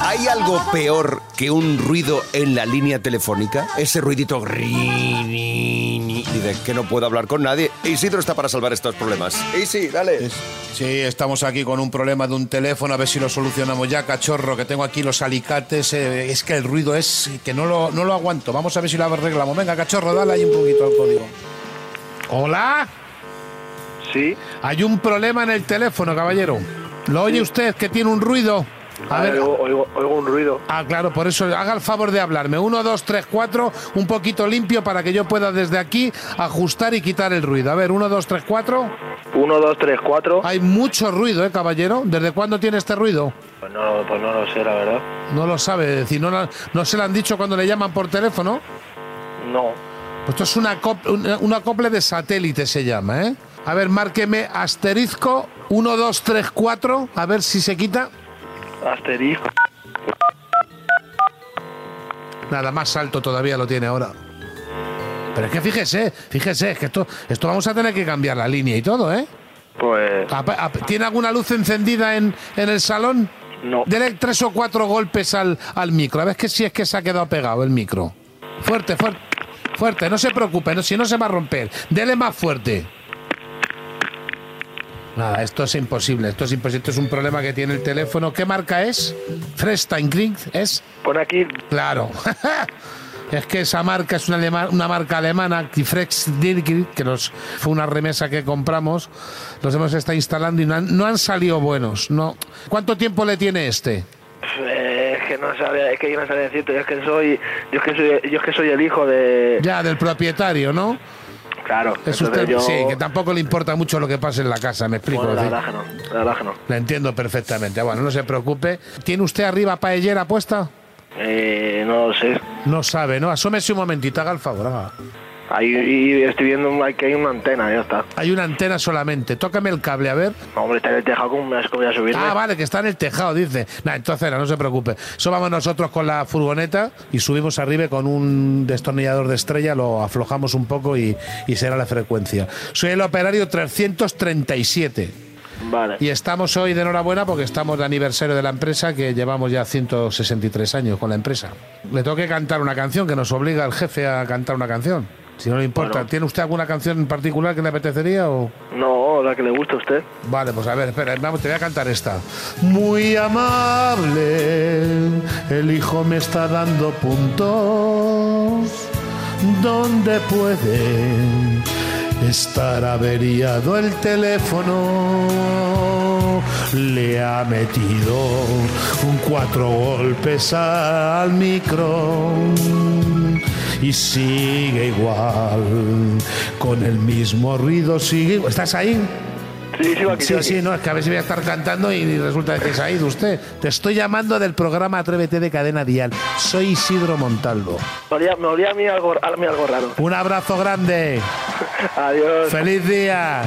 ¿Hay algo peor que un ruido en la línea telefónica? Ese ruidito ri, ri, ni, y de que no puedo hablar con nadie. Isidro está para salvar estos problemas. Isi, dale. Sí, estamos aquí con un problema de un teléfono, a ver si lo solucionamos ya, cachorro, que tengo aquí los alicates. eh, es que el ruido es que no lo, no lo aguanto. Vamos a ver si lo arreglamos. Venga, cachorro, dale ahí un poquito al código. Hola, Sí, hay un problema en el teléfono, caballero. ¿Lo oye usted que tiene un ruido? A ver, Oigo, oigo- oigo un ruido. Ah, claro, por eso haga el favor de hablarme. Uno, dos, tres, cuatro, un poquito limpio para que yo pueda desde aquí ajustar y quitar el ruido. A ver, uno, dos, tres, cuatro. 1, 2, 3, 4. Hay mucho ruido, ¿eh, caballero? ¿Desde cuándo tiene este ruido? Pues no, pues no lo sé, la verdad. No lo sabe, es decir, no, la- no se lo han dicho cuando le llaman por teléfono. No. Pues esto es una cop- una- un acople de satélite, se llama, ¿eh? A ver, márqueme asterisco 1, 2, 3, 4, a ver si se quita. Asterisco. Nada más alto todavía lo tiene ahora. Pero es que fíjese, fíjese, es que esto, esto vamos a tener que cambiar la línea y todo, ¿eh? Pues Apa- apa- ¿Tiene alguna luz encendida en, en el salón? no. Dele tres o cuatro golpes al, al micro. A ver que si es que se ha quedado pegado el micro. Fuerte, fuerte. Fuerte, no se preocupe, no, si no se va a romper. Dele más fuerte. Nada, esto es imposible, esto es imposible, esto es un problema que tiene el teléfono. ¿Qué marca es? Frestine Green, ¿es? Pon aquí. Claro. Es que esa marca es una, alema- una marca alemana, Kifrex Dirk, que nos, fue una remesa que compramos, los hemos estado instalando y no han, no han salido buenos. No. ¿Cuánto tiempo le tiene este? Eh, es que no sabía, es que yo no sabía decirte, yo es que soy, yo es que soy, yo es que soy el hijo de. Ya, del propietario, ¿no? Claro. Es entonces usted, yo- sí, que tampoco le importa mucho lo que pase en la casa, me explico. Bueno, la Es verdad decir, que no, la verdad que no. la entiendo perfectamente. Ah, Bueno, no se preocupe. ¿Tiene usted arriba paellera puesta? Eh, no lo sé. No sabe, ¿no? Asómese un momentito, haga el favor. haga. Ahí y estoy viendo un- que hay una antena, ya está. Hay una antena solamente. Tócame el cable, a ver. Hombre, está en el tejado como me has comido a subirme. Ah, vale, que está en el tejado, dice. Nah, entonces no, no se preocupe. Eso vamos nosotros con la furgoneta y subimos arriba y con un destornillador de estrella, lo aflojamos un poco y, y será la frecuencia. Soy el operario 337. Vale. Y estamos hoy de enhorabuena porque estamos de aniversario de la empresa que llevamos ya 163 años con la empresa. Le tengo que cantar una canción que nos obliga el jefe a cantar una canción. Si no le importa, Bueno. ¿tiene usted alguna canción en particular que le apetecería o...? No, la que le gusta a usted. Vale, pues a ver, espera, vamos, te voy a cantar esta. Muy amable, el hijo me está dando puntos donde puede estar averiado el teléfono. Le ha metido un cuatro golpes al micro y sigue igual con el mismo ruido sigue igual. ¿Estás ahí? Sí, sí, va aquí. Sí, va aquí. sí, no, es que a ver si voy a estar cantando y resulta que es ahí de usted. Te estoy llamando del programa Atrévete de Cadena Dial. Soy Isidro Montalvo. Me olía, me olía a, mí algo, a mí algo raro. Un abrazo grande. Adiós. Feliz día.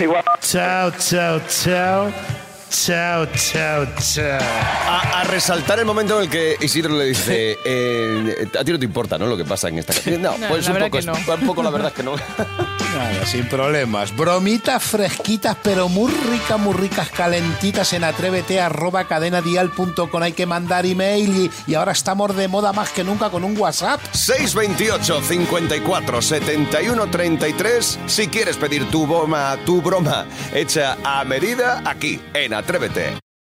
Igual. Chao, chao, chao. Chao, chao, chao. A, a resaltar el momento en el que Isidro le dice, eh, a ti no te importa, ¿no? Lo que pasa en esta canción. No, No, pues la un verdad poco, que es- no. un poco la verdad es que no. Nada, Sin problemas. Bromitas fresquitas, pero muy ricas, muy ricas, calentitas en atrévete arroba cadenadial.com. Hay que mandar email y, y ahora estamos de moda más que nunca con un WhatsApp. 628 54 71 33 si quieres pedir tu broma, tu broma hecha a medida aquí en Atrévete.